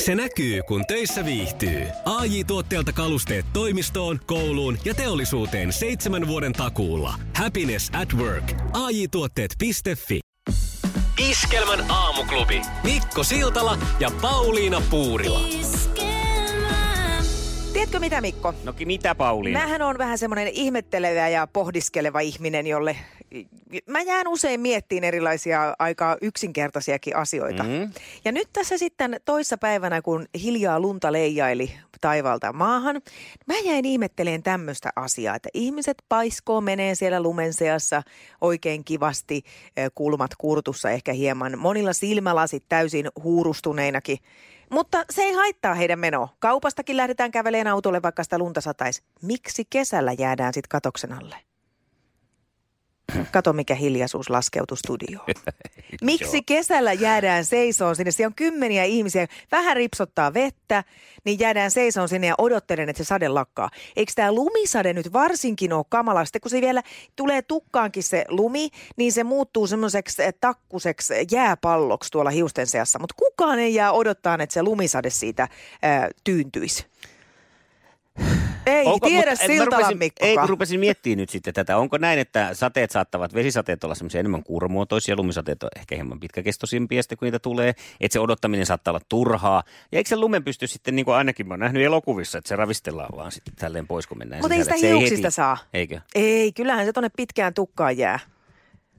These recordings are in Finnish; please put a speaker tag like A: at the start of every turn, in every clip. A: Se näkyy, kun töissä viihtyy. ai tuotteelta kalusteet toimistoon, kouluun ja teollisuuteen seitsemän vuoden takuulla. Happiness at work. ai tuotteetfi Iskelmän aamuklubi. Mikko Siltala ja Pauliina Puurila.
B: Tiedätkö mitä Mikko?
C: No ki- mitä Pauliina?
B: Mähän on vähän semmoinen ihmettelevä ja pohdiskeleva ihminen, jolle mä jään usein miettiin erilaisia aika yksinkertaisiakin asioita. Mm-hmm. Ja nyt tässä sitten toissapäivänä, kun hiljaa lunta leijaili taivaalta maahan, mä jäin ihmetteleen tämmöistä asiaa, että ihmiset paiskoo, menee siellä lumen seassa oikein kivasti, eh, kulmat kurtussa ehkä hieman, monilla silmälasit täysin huurustuneinakin. Mutta se ei haittaa heidän menoa. Kaupastakin lähdetään käveleen autolle, vaikka sitä lunta sataisi. Miksi kesällä jäädään sitten katoksen alle? Kato, mikä hiljaisuus laskeutui studioon. Miksi kesällä jäädään seisoon sinne? Siellä on kymmeniä ihmisiä, vähän ripsottaa vettä, niin jäädään seisoon sinne ja odottelen, että se sade lakkaa. Eikö tämä lumisade nyt varsinkin ole kamala? Sitten kun se vielä tulee tukkaankin se lumi, niin se muuttuu semmoiseksi eh, takkuseksi jääpalloksi tuolla hiusten seassa. Mutta kukaan ei jää odottaa, että se lumisade siitä äh, tyyntyisi. Ei
C: Onko-
B: tiedä
C: mutta- et mä
B: siltala
C: rupesin-
B: Mikko.
C: Ei, kun rupesin miettimään nyt sitten tätä. Onko näin, että sateet saattavat, vesisateet olla semmoisia enemmän kuuromuotoisia, lumisateet on ehkä hieman pitkäkestoisimpia sitten, kun niitä tulee. Että se odottaminen saattaa olla turhaa. Ja eikö se lumen pysty sitten, niin kuin ainakin mä oon nähnyt elokuvissa, että se ravistellaan vaan sitten tälleen pois, kun mennään
B: Mutta ei sitä
C: sisälle. Et se
B: hiuksista
C: heti-
B: saa.
C: Eikö?
B: Ei, kyllähän se tonne pitkään tukkaan jää.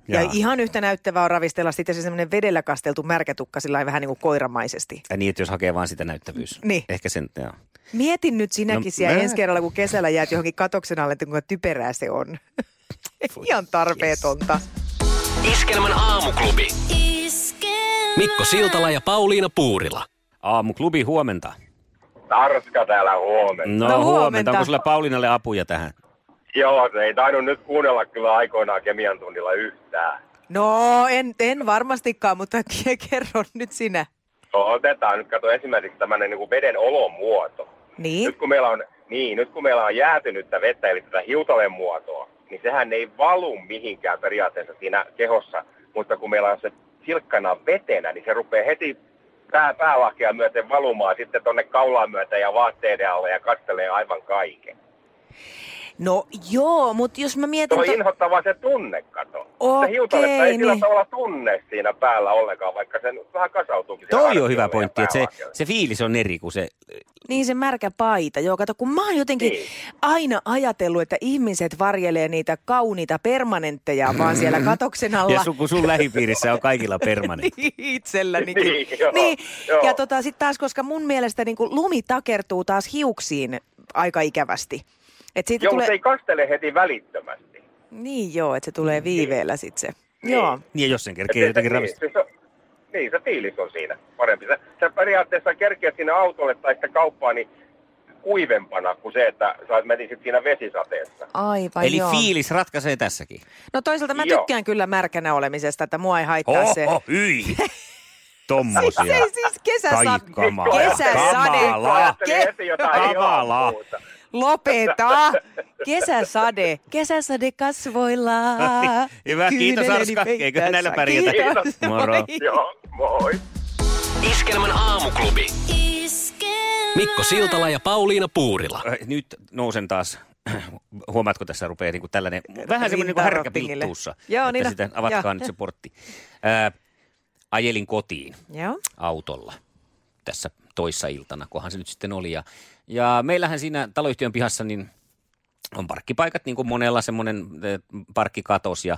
B: Ja, ja
C: Jaa.
B: ihan yhtä näyttävää on ravistella sitten se semmoinen vedellä kasteltu märkätukka sillä lailla vähän niin kuin koiramaisesti.
C: Ja niin, että jos hakee vaan sitä näyttävyys.
B: Niin.
C: Ehkä sen, joo.
B: Mietin nyt sinäkin no,
C: No,
B: siellä
C: mä-
B: ensi kerralla, kun kesällä jäät johonkin katoksen alle, että kuinka typerää se on.
C: Voi
B: ihan tarpeetonta.
A: Iskelmän aamuklubi. Mikko Siltala ja Pauliina Puurila.
C: Aamuklubi, huomenta.
D: Tarska täällä huomenna.
C: No,
B: huomenta.
C: huomenta. Onko sulla Pauliinalle apuja tähän?
D: Joo, se ei tainnut nyt kuunnella kyllä aikoinaan kemian tunnilla yhtään.
B: No, en, en varmastikaan, mutta ke- kerron nyt sinä.
D: No, otetaan nyt, kato esimerkiksi tämmöinen niin veden olomuoto.
B: Niin,
D: Nyt kun meillä on, niin, nyt kun meillä on jäätynyttä vettä, eli tätä hiutaleen muotoa, niin sehän ei valu mihinkään periaatteessa siinä kehossa. Mutta kun meillä on se silkkana vetenä, niin se rupeaa heti pää, päälahkea myöten valumaan sitten tonne kaulaan myöten ja vaatteiden alle ja katselee aivan kaiken.
B: no joo, mutta jos mä
D: Se
B: mietin...
D: on
B: to-
D: inhottava se tunne, kato.
B: Okei,
D: se hiutaletta ei sillä
B: niin.
D: tavalla tunne siinä päällä ollenkaan, vaikka se nyt vähän kasautuukin. siellä
C: Toi on hyvä
D: hartioille
C: pointti,
D: ja
C: että se,
D: päälakeille.
C: se fiilis on eri kuin se
B: Niin se märkä paita, joo. Kato, kun mä oon jotenkin
D: Niin.
B: aina ajatellut, että ihmiset varjelee niitä kauniita permanentteja vaan siellä
D: Mm.
B: katoksen alla.
C: Ja sun, kun sun lähipiirissä on kaikilla permanentti.
B: Itsellänikin.
D: Niin, joo,
B: niin.
D: joo.
B: Ja tota, sitten taas, koska mun mielestä niin kun lumi takertuu taas hiuksiin aika ikävästi. Et siitä
D: Joo,
B: tulee...
D: mutta ei kastele heti välittömästi.
B: Niin joo, että se tulee viiveellä sitten se. Joo.
C: Niin ja jos sen
D: Et
C: kerkee jotenkin
D: se, niin,
C: ravistella.
D: siis se- niin, se fiilis on siinä parempi. Sä, sä periaatteessa kerkeät sinne autolle tai sitä kauppaan niin kuivempana kuin se, että sä menisit siinä vesisateessa.
B: Aivan
C: Eli
B: joo.
C: fiilis ratkaisee tässäkin.
B: No toisaalta mä
D: Joo.
B: tykkään kyllä märkänä olemisesta, että mua ei haittaa se.
C: hyi!
B: Siis
C: Tommosia.
B: ei siis kesäsa...
C: Kai- kamalaa.
B: kesäsade.
C: Kamalaa.
D: Niin, Ajattelin heti jotain ihan
C: Kamalaa.
D: muuta.
B: Lopeta! Kesäsade, kesäsade kasvoilla.
C: Niin. Hyvä, kiitos,
B: Kyyneleni
C: Arska. Eikö
B: peittäessä.
C: näillä pärjätä?
B: Kiitos.
C: Moro.
D: Joo, moi.
A: Iskelmän aamuklubi. Mikko Siltala ja Pauliina Puurila.
C: Äh, Nyt nousen taas. Huomaatko, tässä rupeaa niinku tällainen, vähän semmoinen
B: Rintaa
C: niin härkä
B: rottingille.
C: pilttuussa.
B: Joo,
C: Että
B: niin on.
C: sitä, avatkaa
B: Joo.
C: nyt se portti. Ää, ajelin kotiin.
B: Joo.
C: autolla tässä toissa iltana, kunhan se nyt sitten oli. Ja, ja meillähän siinä taloyhtiön pihassa niin on parkkipaikat, niin kuin monella semmoinen eh, parkkikatos ja,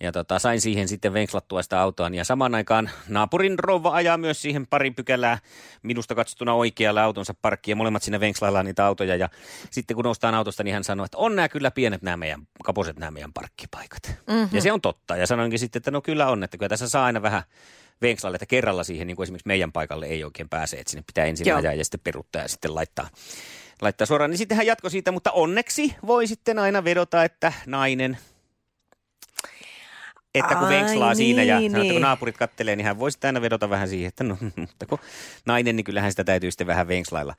C: ja tota, sain siihen sitten venkslattua sitä autoa. Ja samaan aikaan naapurin rouva ajaa myös siihen pari pykälää minusta katsottuna oikealla autonsa parkkiin ja molemmat siinä venkslaillaan niitä autoja. Ja sitten kun noustaan autosta, niin hän sanoi, että on nämä kyllä pienet nämä meidän, kaposet nämä meidän parkkipaikat. Mm-hmm. Ja se on totta. Ja sanoinkin sitten, että no kyllä on, että kyllä tässä saa aina vähän venkslalle, että kerralla siihen niin kuin esimerkiksi meidän paikalle ei oikein pääse, että sinne pitää ensin
B: Joo.
C: Joo. ajaa ja sitten peruuttaa ja sitten laittaa laittaa suoraan, niin sitten hän jatkoi siitä, mutta onneksi voi sitten aina vedota, että nainen, että kun
B: Ai
C: venkslaa siinä ja
B: niin,
C: sanoo, että
B: niin.
C: kun naapurit kattelee, niin hän voi sitten aina vedota vähän siihen, että no, mutta kun nainen, niin kyllähän sitä täytyy sitten vähän venkslailla.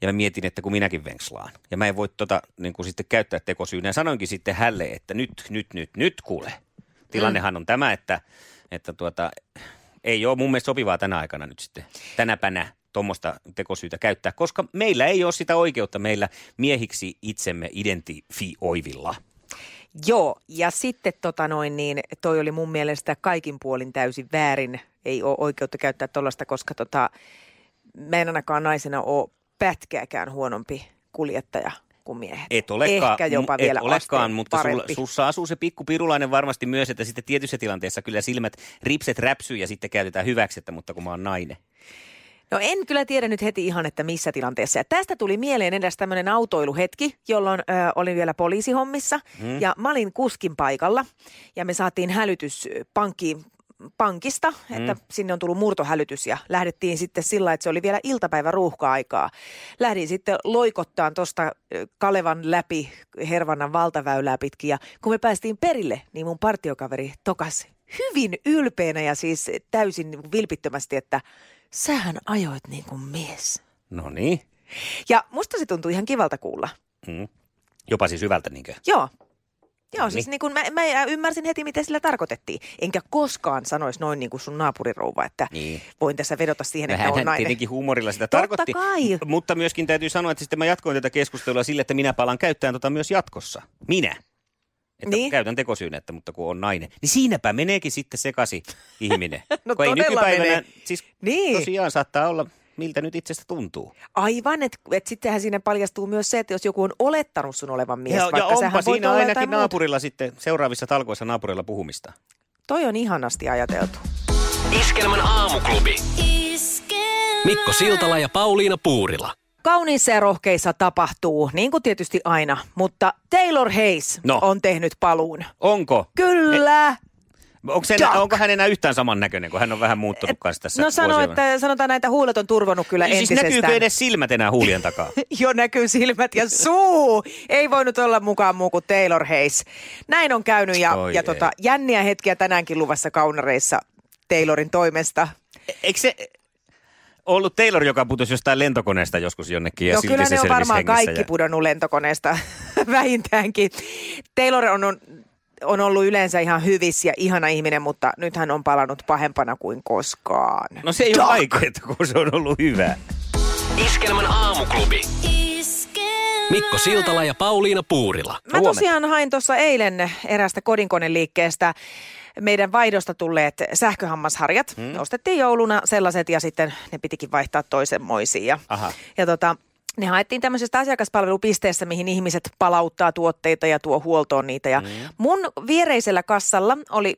C: Ja mä mietin, että kun minäkin venkslaan. Ja mä en voi tota niin kuin sitten käyttää tekosyynä. Ja sanoinkin sitten hälle, että nyt, nyt, nyt, nyt kuule. Tilannehan on tämä, että, että tuota, ei ole mun mielestä sopivaa tänä aikana nyt sitten. Tänäpänä. tuommoista tekosyytä käyttää, koska meillä ei ole sitä oikeutta meillä miehiksi itsemme identifioivilla.
B: Joo, ja sitten tota noin, niin toi oli mun mielestä kaikin puolin täysin väärin. Ei ole oikeutta käyttää tuollaista, koska tota, mä en ainakaan naisena ole pätkääkään huonompi kuljettaja kuin miehet.
C: Et olekaan,
B: Ehkä jopa
C: et
B: vielä
C: olekaan
B: asteen
C: mutta sulla,
B: parempi.
C: sussa asuu se pikku pirulainen varmasti myös, että sitten tietyssä tilanteessa kyllä silmät, ripset räpsyy ja sitten käytetään hyväksi, että mutta kun mä oon nainen.
B: No en kyllä tiedä nyt heti ihan, että missä tilanteessa. Ja tästä tuli mieleen edes tämmöinen autoiluhetki, jolloin ö, olin vielä poliisihommissa hmm. ja mä olin kuskin paikalla ja me saatiin hälytys ö, pankkiin pankista, että sinne on tullut murtohälytys ja lähdettiin sitten sillä, että se oli vielä iltapäivä ruuhka-aikaa. Lähdin sitten loikottaan tuosta Kalevan läpi, Hervannan valtaväylää pitkin ja kun me päästiin perille, niin mun partiokaveri tokas hyvin ylpeänä ja siis täysin vilpittömästi, että sähän ajoit niin kuin mies.
C: No niin.
B: Ja musta se tuntui ihan kivalta kuulla.
C: Mm. Jopa siis hyvältä niinkö?
B: Joo. Joo,
C: No
B: siis niin kun mä, mä ymmärsin heti, mitä sillä tarkoitettiin. Enkä koskaan sanoisi noin niin kuin sun naapurirouva, että
C: Niin.
B: voin tässä vedota siihen,
C: No
B: että
C: hän,
B: on
C: hän
B: nainen.
C: tietenkin huumorilla sitä
B: Totta
C: tarkoitti.
B: kai.
C: M- Mutta myöskin täytyy sanoa, että sitten mä jatkoin tätä keskustelua sille, että minä palaan käyttämään tota myös jatkossa. Minä. Että
B: Niin.
C: Käytän tekosyyn, että mutta kun on nainen. Niin siinäpä meneekin sitten sekasi ihminen.
B: No
C: kun ei
B: todella
C: nykypäivänä,
B: menee.
C: siis
B: Niin.
C: tosiaan saattaa olla, miltä nyt itsestä tuntuu.
B: Aivan, että et sittenhän siinä paljastuu myös se, että jos joku on olettanut sun olevan mies,
C: ja,
B: vaikka
C: ja onpa
B: sähän voit
C: siinä
B: olla
C: ainakin
B: jotain muuta.
C: naapurilla sitten seuraavissa talkoissa naapurilla puhumista.
B: Toi on ihanasti ajateltu.
A: Iskelmän aamuklubi. Mikko Siltala ja Pauliina Puurila.
B: Kauniissa ja rohkeissa tapahtuu, niin kuin tietysti aina, mutta Taylor Hayes
C: No.
B: on tehnyt paluun.
C: Onko?
B: Kyllä.
C: Onko, se
B: Duck.
C: enää, onko hän enää yhtään samannäköinen, kun hän on vähän muuttunut kanssa tässä
B: no sano,
C: vuosien-
B: että sanotaan näitä huulet on turvonnut kyllä
C: Niin Siis
B: entisestään.
C: näkyykö edes silmät enää huulien takaa?
B: Jo näkyy silmät ja suu. Ei voinut olla mukaan muu kuin Taylor Hayes. Näin on käynyt ja,
C: Oi
B: ja
C: ei.
B: tota, jänniä hetkiä tänäänkin luvassa kaunareissa Taylorin toimesta.
C: Eikö se ollut Taylor, joka putosi jostain lentokoneesta joskus jonnekin ja
B: no
C: silti
B: kyllä
C: se
B: ne on
C: selvisi
B: varmaan
C: hengissä
B: kaikki
C: ja...
B: pudonnut lentokoneesta vähintäänkin. Taylor on, on, on ollut yleensä ihan hyvissä ja ihana ihminen, mutta nyt hän on palannut pahempana kuin koskaan.
C: No se ei ole aika, että kun se on ollut hyvä.
A: Iskelmän aamuklubi. Mikko Siltala ja Pauliina Puurila.
B: Mä
C: Huomenta.
B: tosiaan hain tuossa eilen eräästä kodinkoneliikkeestä meidän vaihdosta tulleet sähköhammasharjat. Hmm. Ostettiin jouluna sellaiset ja sitten ne pitikin vaihtaa toisenmoisiin. Ja,
C: Aha.
B: ja tota, ne haettiin tämmöisestä asiakaspalvelupisteestä, mihin ihmiset palauttaa tuotteita ja tuo huoltoon niitä. Ja mun viereisellä kassalla oli,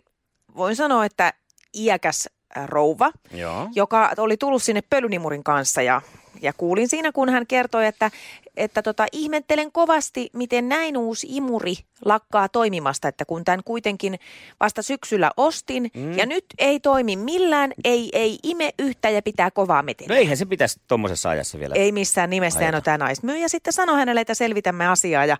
B: voin sanoa, että iäkäs äh, rouva,
C: Joo.
B: joka oli tullut sinne pölynimurin kanssa ja, ja kuulin siinä, kun hän kertoi, että, että tota, ihmettelen kovasti, miten näin uusi imuri lakkaa toimimasta, että kun tämän kuitenkin vasta syksyllä ostin mm. ja nyt ei toimi millään, ei, ei ime yhtä ja pitää kovaa meteliä.
C: No eihän se pitäisi tuommoisessa ajassa vielä.
B: Ei missään nimessä, ja
C: Aivan.
B: no tämä naismyyjä sitten sanoi hänelle, että selvitämme asiaa ja,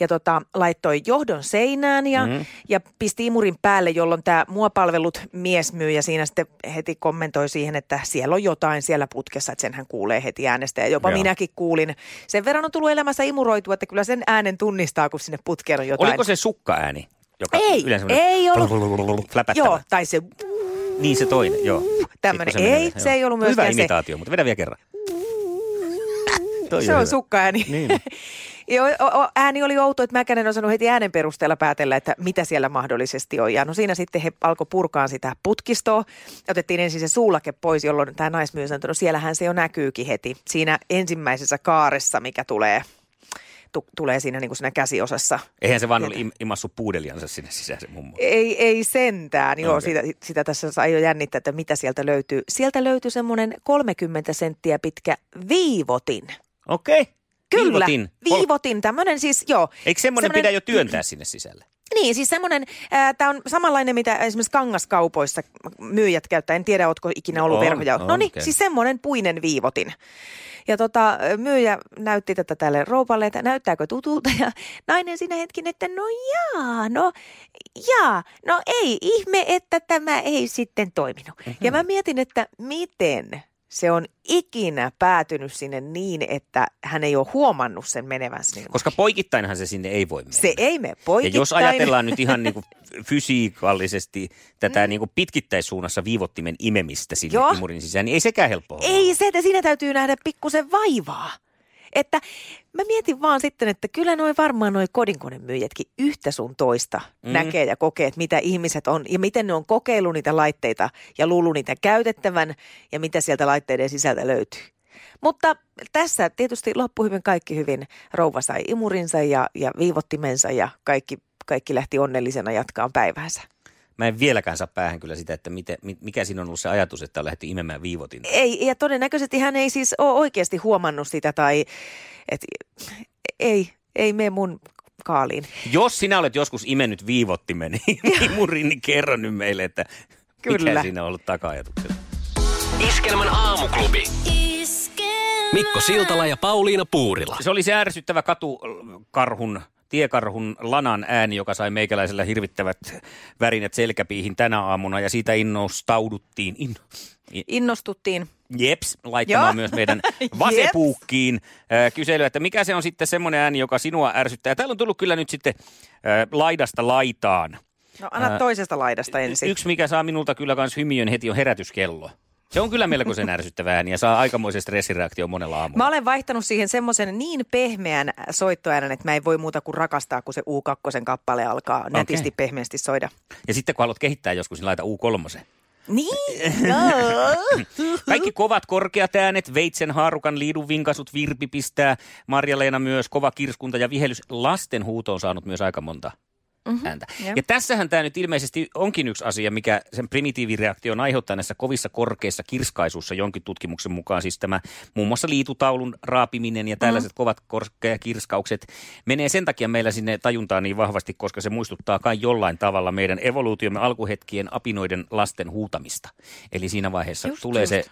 B: ja tota, laittoi johdon seinään ja,
C: Mm-hmm.
B: mm. ja pisti imurin päälle, jolloin tämä mua palvelut miesmyyjä siinä sitten heti kommentoi siihen, että siellä on jotain siellä putkessa, että senhän kuulee heti äänestä ja jopa
C: Joo.
B: Joo. minäkin kuulin. Sen verran on tullut elämässä imuroitua, että kyllä sen äänen tunnistaa, kun sinne putkeen on jotain.
C: Oliko se sukkaääni? Joka
B: Ei,
C: yleensä
B: ei ollut.
C: Fläpättävä.
B: Joo, tai se
C: Niin se toinen, joo.
B: Tämmönen.
C: Sitten kun menee,
B: Ei,
C: joo.
B: se ei ollut
C: Hyvä
B: myöskään se.
C: imitaatio, mutta vedä vielä kerran. Toi
B: Se
C: hyvä.
B: on sukkaääni. Niin. Joo, o- o- ääni oli outo, että Mäkänen en osannut heti äänen perusteella päätellä, että mitä siellä mahdollisesti on. Ja no siinä sitten he alkoi purkaa sitä putkistoa. Otettiin ensin se suulake pois, jolloin tämä naismyys sanoi, että no siellähän se jo näkyykin heti. Siinä ensimmäisessä kaaressa, mikä tulee, tu- tulee siinä, niin kuin siinä käsiosassa.
C: Eihän se vaan ole im- imassu puudeliansa sinne sisään se mummo.
B: Ei, ei sentään. Joo,
C: Okei.
B: okay. sitä, sitä tässä sai jo jännittää, että mitä sieltä löytyy. Sieltä löytyy semmoinen 30 senttiä pitkä viivotin.
C: Okei. Okay.
B: Kyllä, viivotin, viivotin tämmöinen siis, joo.
C: Eikö semmoinen pidä jo työntää sinne sisälle?
B: Niin, siis semmoinen, tämä on samanlainen, mitä esimerkiksi kangaskaupoissa myyjät käyttää. En tiedä, ootko ikinä ollut
C: On,
B: verhoja.
C: on,
B: No niin,
C: okei.
B: siis semmoinen puinen viivotin. Ja tota, myyjä näytti tätä tälle roupalle, että näyttääkö tutulta. Ja nainen siinä hetkin, että no jaa, no jaa, no
C: Mhm.
B: ei, ihme, että tämä ei sitten toiminut. Ja mä mietin, että miten se on ikinä päätynyt sinne niin, että hän ei ole huomannut sen menevän sinne.
C: Koska poikittainhan se sinne ei voi mennä.
B: Se ei mene
C: ja
B: poikittain.
C: jos ajatellaan nyt ihan niin kuin fysiikallisesti tätä niin kuin pitkittäissuunnassa viivottimen imemistä sinne
B: Mm. Joo.
C: imurin sisään, niin ei sekään helppoa ole.
B: Ei se, että siinä täytyy nähdä pikkusen vaivaa. Että mä mietin vaan sitten, että kyllä noin varmaan noin kodinkonemyyjätkin yhtä sun toista mm. näkee ja kokee, että mitä ihmiset on ja miten ne on kokeillut niitä laitteita ja luullut niitä käytettävän ja mitä sieltä laitteiden sisältä löytyy. Mutta tässä tietysti loppui hyvin kaikki hyvin. Rouva sai imurinsa ja, ja viivottimensa ja kaikki, kaikki lähti onnellisena jatkaan päiväänsä.
C: Mä en vieläkään saa päähän kyllä sitä, että miten, mi- mikä siinä on ollut se ajatus, että on lähdetty imemään viivotinta.
B: Ei, ja todennäköisesti hän ei siis ole oikeasti huomannut sitä tai et, ei, ei mene mun kaaliin.
C: Jos sinä olet joskus imennyt viivottimen imurin, niin kerro nyt meille, että mikä
B: Kyllä.
C: siinä on ollut taka-ajatuksena.
A: Iskelmän aamuklubi. Mikko Siltala ja Pauliina Puurila.
C: Se oli se ärsyttävä katukarhun, tiekarhun lanan ääni, joka sai meikäläisellä hirvittävät värinät selkäpiihin tänä aamuna ja siitä innostauduttiin. In,
B: Innostuttiin.
C: jeps, laittamaan
B: Joo.
C: myös meidän vasepuukkiin äh, kyselyä, että mikä se on sitten semmoinen ääni, joka sinua ärsyttää. Ja täällä on tullut kyllä nyt sitten äh, laidasta laitaan.
B: No anna
C: Ää,
B: toisesta laidasta ensin.
C: Yksi, mikä saa minulta kyllä kans hymiön heti, on herätyskello. Se on kyllä melkoisen ärsyttävä ääni ja saa aikamoisen stressireaktion monella aamulla.
B: Mä olen vaihtanut siihen semmoisen niin pehmeän soittoäänen, että mä en voi muuta kuin rakastaa, kun se U2 kappale alkaa nätisti
C: Okei.
B: pehmeästi soida.
C: Ja sitten kun haluat kehittää joskus, niin laita U3.
B: Niin, joo.
C: Kaikki kovat korkeat äänet, veitsen haarukan liidun vinkasut, virpi pistää, Marja-Leena myös, kova kirskunta ja vihelys. Lasten huuto on saanut myös aika monta ääntä.
B: jep.
C: Ja tässähän tämä nyt ilmeisesti onkin yksi asia, mikä sen primitiivireaktion aiheuttaa näissä kovissa korkeissa kirskaisuissa jonkin tutkimuksen mukaan. Siis tämä muun muassa liitutaulun raapiminen ja tällaiset
B: Mm-hmm.
C: mm. kovat korkeakirskaukset menee sen takia meillä sinne tajuntaan niin vahvasti, koska se muistuttaa kai jollain tavalla meidän evoluutiomme alkuhetkien apinoiden lasten huutamista. Eli siinä vaiheessa
B: Just,
C: tulee
B: just.
C: se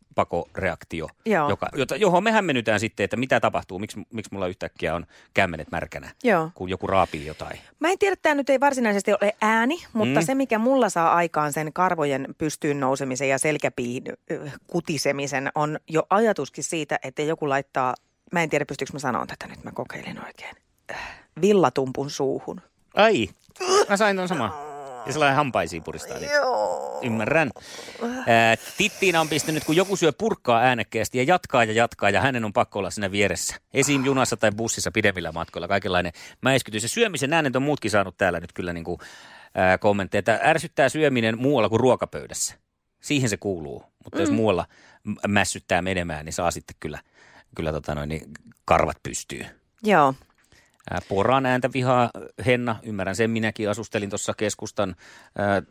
C: suojeluspakoreaktio,
B: Joo.
C: joka, jota, johon me hämmennytään sitten, että mitä tapahtuu, miksi, miksi mulla yhtäkkiä on kämmenet märkänä,
B: Joo.
C: kun joku raapii jotain.
B: Mä en tiedä, että tämä nyt ei varsinaisesti ole ääni, mutta
C: Mm.
B: mm. se mikä mulla saa aikaan sen karvojen pystyyn nousemisen ja selkäpiin ö, kutisemisen on jo ajatuskin siitä, että joku laittaa, mä en tiedä pystyykö mä sanoa tätä nyt, mä kokeilen oikein, Äh, villatumpun suuhun.
C: Ai, mä sain ton sama. Ja sellainen hampaisiin puristaa. Niin.
B: Joo.
C: Ymmärrän. Ää, Tittiina on pistänyt, kun joku syö purkkaa äänekkäästi ja jatkaa ja jatkaa ja hänen on pakko olla siinä vieressä. Esim. junassa tai bussissa pidemmillä matkoilla kaikenlainen mäiskytys. Ja syömisen äänet on muutkin saanut täällä nyt kyllä niin kuin, ää, kommentteja, että ärsyttää syöminen muualla kuin ruokapöydässä. Siihen se kuuluu. Mutta mm. jos muualla m- mässyttää menemään, niin saa sitten kyllä, kyllä tota noin, niin karvat pystyy.
B: Joo.
C: Ää, Poran ääntä vihaa Henna, ymmärrän sen minäkin. Asustelin tuossa keskustan ää,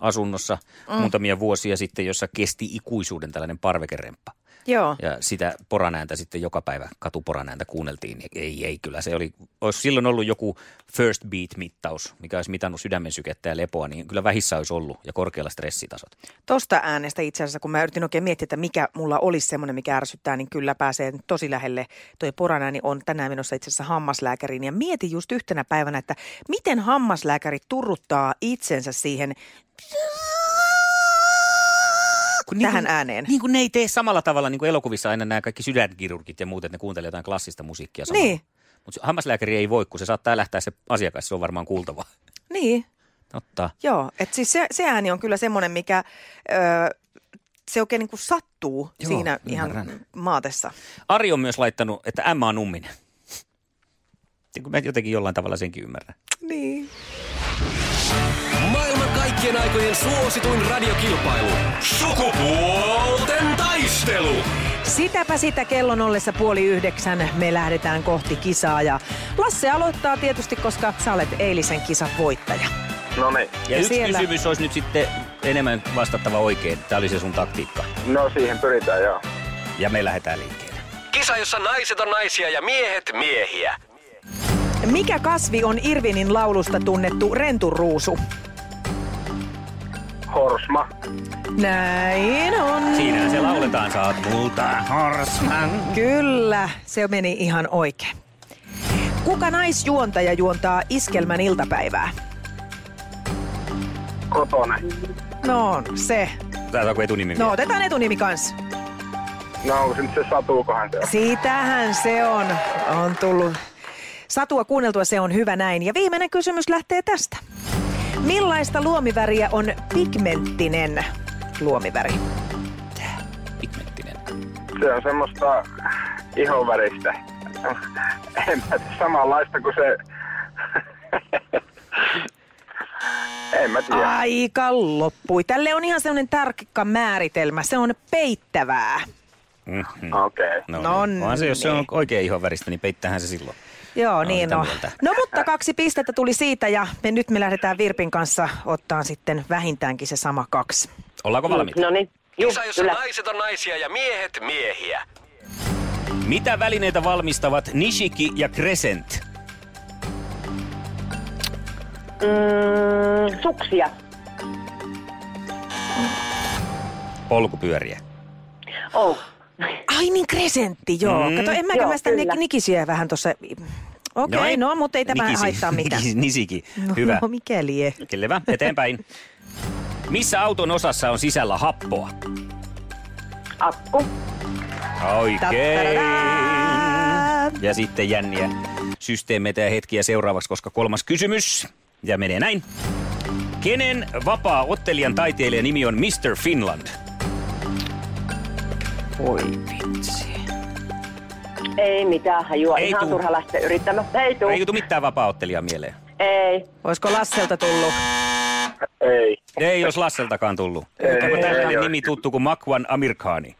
C: asunnossa mm. muutamia vuosia sitten, jossa kesti ikuisuuden tällainen parvekeremppa.
B: Joo.
C: Ja sitä poran ääntä sitten joka päivä katuporan ääntä kuunneltiin. Ei, ei kyllä. Se oli, olisi silloin ollut joku first beat-mittaus, mikä olisi mitannut sydämen sykettä ja lepoa, niin kyllä vähissä olisi ollut ja korkealla stressitasot.
B: Tosta äänestä itse asiassa, kun mä yritin oikein miettiä, että mikä mulla olisi semmoinen, mikä ärsyttää, niin kyllä pääsee nyt tosi lähelle. Toi poranääni on tänään menossa itse asiassa hammaslääkäriin ja mietin just yhtenä päivänä, että miten hammaslääkäri turruttaa itsensä siihen
C: Kun
B: Tähän ääneen.
C: Niin kuin ne ei tee samalla tavalla niin kuin elokuvissa aina nämä kaikki sydänkirurgit ja muut, että ne kuuntelee jotain klassista musiikkia samalla.
B: Niin.
C: Mutta hammaslääkäri ei voi, kun se saattaa lähteä se asiakas, se on varmaan kuultava.
B: Niin,
C: Totta.
B: joo. Et siis se, se ääni on kyllä semmoinen, mikä ö, se oikein niin kuin sattuu
C: Joo,
B: joo, siinä ihan
C: ymmärrän.
B: maatessa.
C: Ari on myös laittanut, että M on umminen. Ja kun Mä jotenkin jollain tavalla senkin ymmärrän.
B: Niin.
A: Maailman kaikkien aikojen suosituin radiokilpailu. Sukupuolten taistelu.
B: Sitäpä sitä kellon ollessa puoli yhdeksän. Me lähdetään kohti kisaa ja Lasse aloittaa tietysti, koska sä olet eilisen kisan voittaja.
D: No niin.
C: Ja, ja yksi
B: siellä-
C: kysymys olisi nyt sitten enemmän vastattava oikein. Tämä oli se sun taktiikka.
D: No siihen pyritään, joo.
C: Ja me lähdetään liikkeelle.
A: Kisa, jossa naiset on naisia ja miehet miehiä.
B: Mikä kasvi on Irvinin laulusta tunnettu renturuusu?
D: Horsma.
B: Näin on.
C: Siinä se lauletaan, saat multa horsman.
B: Kyllä, se meni ihan oikein. Kuka naisjuontaja juontaa iskelmän iltapäivää?
D: Kotonen.
B: No on se.
C: Otetaanko etunimi
B: No
C: vielä?
B: otetaan etunimi kanssa.
D: No onko se nyt se satuukohan se on?
B: Siitähän se on, on tullut. Satua kuunneltua se on hyvä näin. Ja viimeinen kysymys lähtee tästä. Millaista luomiväriä on pigmenttinen luomiväri?
C: Pigmenttinen.
D: Se on semmoista ihonväristä. En mä tiedä, samanlaista kuin se... en mä tiedä.
B: Aika loppui. Tälle on ihan sellainen tarkka määritelmä. Se on peittävää.
C: Mm-hmm.
D: Okei. Okay.
C: No,
B: No
C: niin. Onhan se, jos se on
B: niin.
C: oikein ihon väristä, niin peittähän se silloin.
B: Joo,
C: Olen
B: niin
C: sitä
B: on.
C: mieltä.
B: No mutta kaksi pistettä tuli siitä ja me nyt me lähdetään Virpin kanssa ottaa sitten vähintäänkin se sama kaksi.
C: Ollaanko valmiita?
E: No niin, juu,
A: Kisa, jossa
E: kyllä.
A: naiset on naisia ja miehet miehiä.
C: Mitä välineitä valmistavat Nishiki ja Crescent?
E: Mm, suksia.
C: Polkupyöriä.
E: Oh.
B: Ai niin, kresentti, joo.
C: Mm.
B: Mm. Kato, en mäkään
E: Joo,
B: mä sitä
E: kyllä.
B: nik- nikisiä vähän tuossa. Okei, okay, no, mutta ei tämä
C: Nikisi-
B: haittaa mitään.
C: Nikisi- Nisiki.
B: No,
C: Hyvä.
B: no mikä lie.
C: Selvä. Eteenpäin. Missä auton osassa on sisällä happoa?
E: Akku.
C: Oikein.
B: Tattaradaa.
C: Ja sitten jänniä systeemeitä ja hetkiä seuraavaksi, koska kolmas kysymys. Ja menee näin. Kenen vapaa ottelijan taiteilijan nimi on Mr. Finland?
B: Voi vitsi.
E: Ei mitään hajua.
C: Ei
E: Ihan
C: tuu.
E: turha lähteä yrittämään. Ei tuu.
C: Ei tule mitään vapaa ottelijaa mieleen.
E: Ei.
B: Olisiko Lasselta tullut?
D: Ei.
C: Ei jos Lasseltakaan tullut.
D: Ei,
C: Onko tällä
D: ei, ei.
C: nimi tuttu kuin Makwan Amirkhani?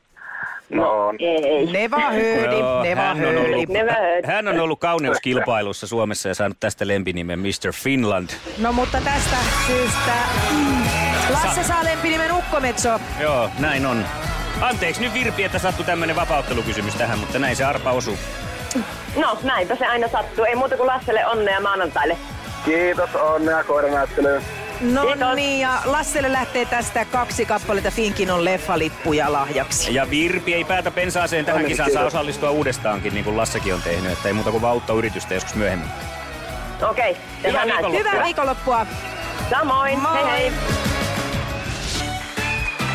D: No on.
E: Ei, ei.
B: Neva höydi,
C: Joo,
B: neva
C: hän, on
B: höydi.
C: ollut,
E: Never heard.
C: hän on ollut kauneuskilpailussa Suomessa ja saanut tästä lempinimen Mr. Finland.
B: No mutta tästä syystä mm, Lasse saa lempinimen Ukkometso.
C: Joo, näin on. Anteeksi nyt Virpi, että sattui tämmönen vapauttelukysymys tähän, mutta näin se arpa osuu.
E: No, näinpä se aina sattuu. Ei muuta kuin Lasselle onnea maanantaille.
D: Kiitos, onnea koiranäyttelyyn.
B: No
E: Kiitos.
B: niin, ja Lasselle lähtee tästä kaksi kappaletta Finkinon leffalippuja lahjaksi.
C: Ja Virpi ei päätä pensaaseen tähän
D: Onnittelut.
C: kisaan, saa osallistua uudestaankin, niin kuin Lassekin on tehnyt, että ei muuta kuin vauttaa yritystä joskus myöhemmin.
E: Okei, tehdään näin.
C: viikonloppua.
B: Hyvää viikonloppua.
E: Samoin. Hei
B: Moi.
E: hei.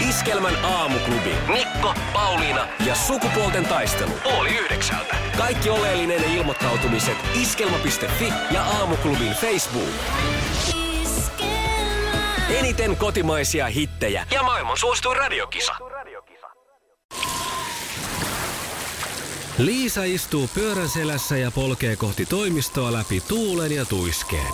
A: Iskelmän aamuklubi. Mikko, Pauliina ja sukupuolten taistelu. Oli yhdeksältä. Kaikki oleellinen ilmoittautumiset iskelma.fi ja aamuklubin Facebook. Eniten kotimaisia hittejä ja maailman suosituin radiokisa. Liisa istuu pyörän selässä ja polkee kohti toimistoa läpi tuulen ja tuiskeen.